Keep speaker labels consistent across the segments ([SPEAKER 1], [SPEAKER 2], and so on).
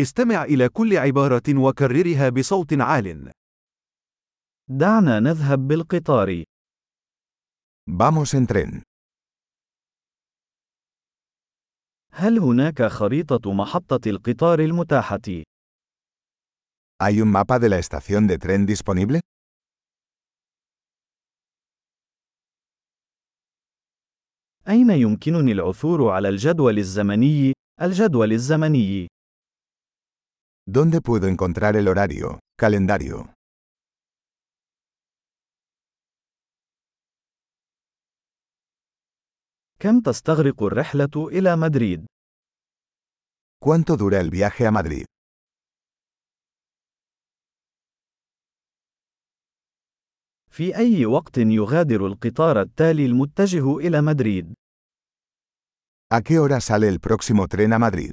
[SPEAKER 1] استمع إلى كل عبارة وكررها بصوت عال.
[SPEAKER 2] دعنا نذهب بالقطار.
[SPEAKER 3] Vamos en tren.
[SPEAKER 2] هل هناك خريطة محطة القطار المتاحة؟
[SPEAKER 3] ¿Hay un mapa de la estación de tren disponible?
[SPEAKER 2] أين يمكنني العثور على الجدول الزمني؟ الجدول الزمني.
[SPEAKER 3] ¿Dónde puedo encontrar el horario, calendario?
[SPEAKER 2] كم تستغرق الرحلة إلى مدريد؟
[SPEAKER 3] ¿Cuánto dura el viaje a Madrid?
[SPEAKER 2] في أي وقت يغادر القطار التالي المتجه إلى مدريد؟
[SPEAKER 3] ¿A qué hora sale el próximo tren a Madrid?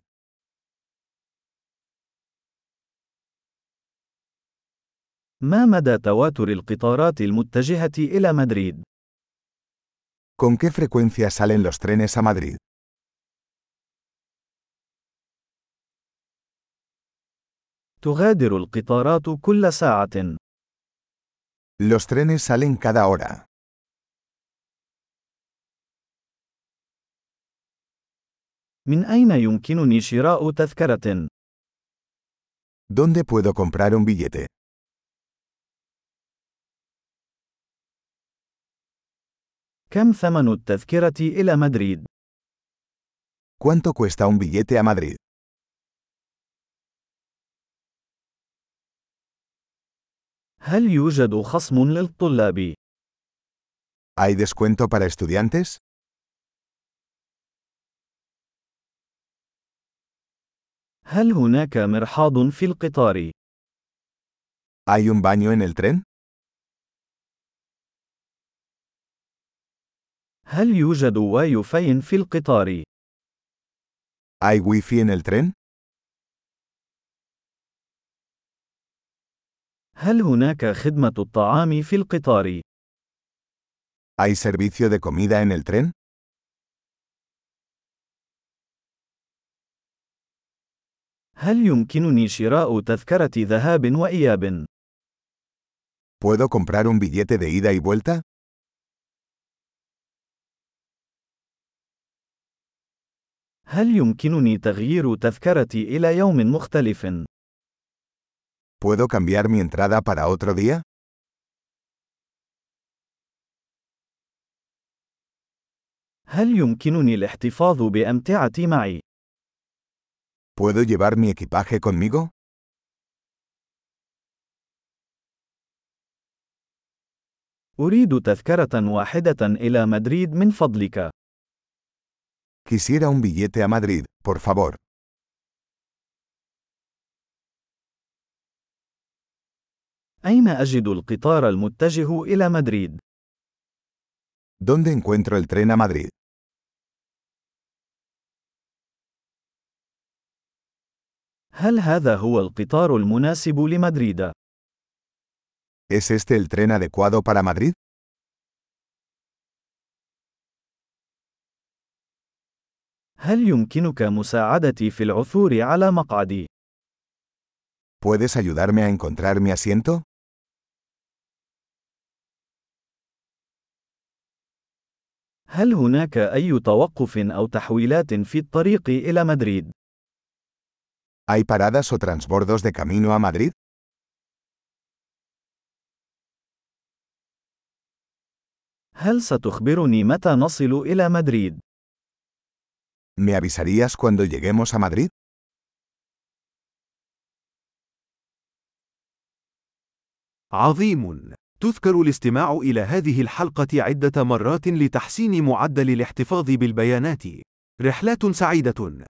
[SPEAKER 2] ما مدى تواتر القطارات المتجهة إلى مدريد؟
[SPEAKER 3] ¿Con qué frecuencia salen los trenes a Madrid?
[SPEAKER 2] تغادر القطارات كل ساعة.
[SPEAKER 3] Los trenes salen cada hora.
[SPEAKER 2] من أين يمكنني شراء تذكرة؟
[SPEAKER 3] ¿Dónde puedo comprar un billete?
[SPEAKER 2] كم ثمن التذكرة إلى مدريد؟
[SPEAKER 3] ¿Cuánto cuesta un billete a Madrid?
[SPEAKER 2] هل يوجد خصم للطلاب؟
[SPEAKER 3] ¿Hay descuento para estudiantes?
[SPEAKER 2] هل هناك مرحاض في القطار؟
[SPEAKER 3] ¿Hay un baño en el tren?
[SPEAKER 2] هل يوجد واي فاي في القطار؟
[SPEAKER 3] ¿Hay wifi en el tren?
[SPEAKER 2] هل هناك خدمة الطعام في القطار؟
[SPEAKER 3] ¿Hay servicio de comida en el tren?
[SPEAKER 2] هل يمكنني شراء تذكرة ذهاب وإياب؟
[SPEAKER 3] ¿Puedo comprar un billete de ida y vuelta?
[SPEAKER 2] هل يمكنني تغيير تذكرتي إلى يوم مختلف؟
[SPEAKER 3] ¿Puedo cambiar mi entrada para otro día?
[SPEAKER 2] هل يمكنني الاحتفاظ بأمتعتي معي؟
[SPEAKER 3] ¿Puedo llevar mi equipaje conmigo?
[SPEAKER 2] أريد تذكرة واحدة إلى مدريد من فضلك.
[SPEAKER 3] Quisiera un billete a Madrid, por favor.
[SPEAKER 2] أين أجد القطار المتجه إلى مدريد؟
[SPEAKER 3] ¿Dónde encuentro el tren a Madrid?
[SPEAKER 2] هل هذا هو القطار المناسب لمدريد؟
[SPEAKER 3] ¿Es este el tren adecuado para Madrid?
[SPEAKER 2] هل يمكنك مساعدتي في العثور على مقعدي؟
[SPEAKER 3] ¿Puedes ayudarme a encontrar mi asiento?
[SPEAKER 2] هل هناك أي توقف أو تحويلات في الطريق إلى مدريد؟
[SPEAKER 3] ¿Hay paradas o transbordos de camino a Madrid?
[SPEAKER 2] هل ستخبرني متى نصل إلى مدريد؟
[SPEAKER 3] ¿Me avisarías cuando lleguemos a Madrid?
[SPEAKER 1] عظيم! تذكر الاستماع إلى هذه الحلقة عدة مرات لتحسين معدل الاحتفاظ بالبيانات. رحلات سعيدة!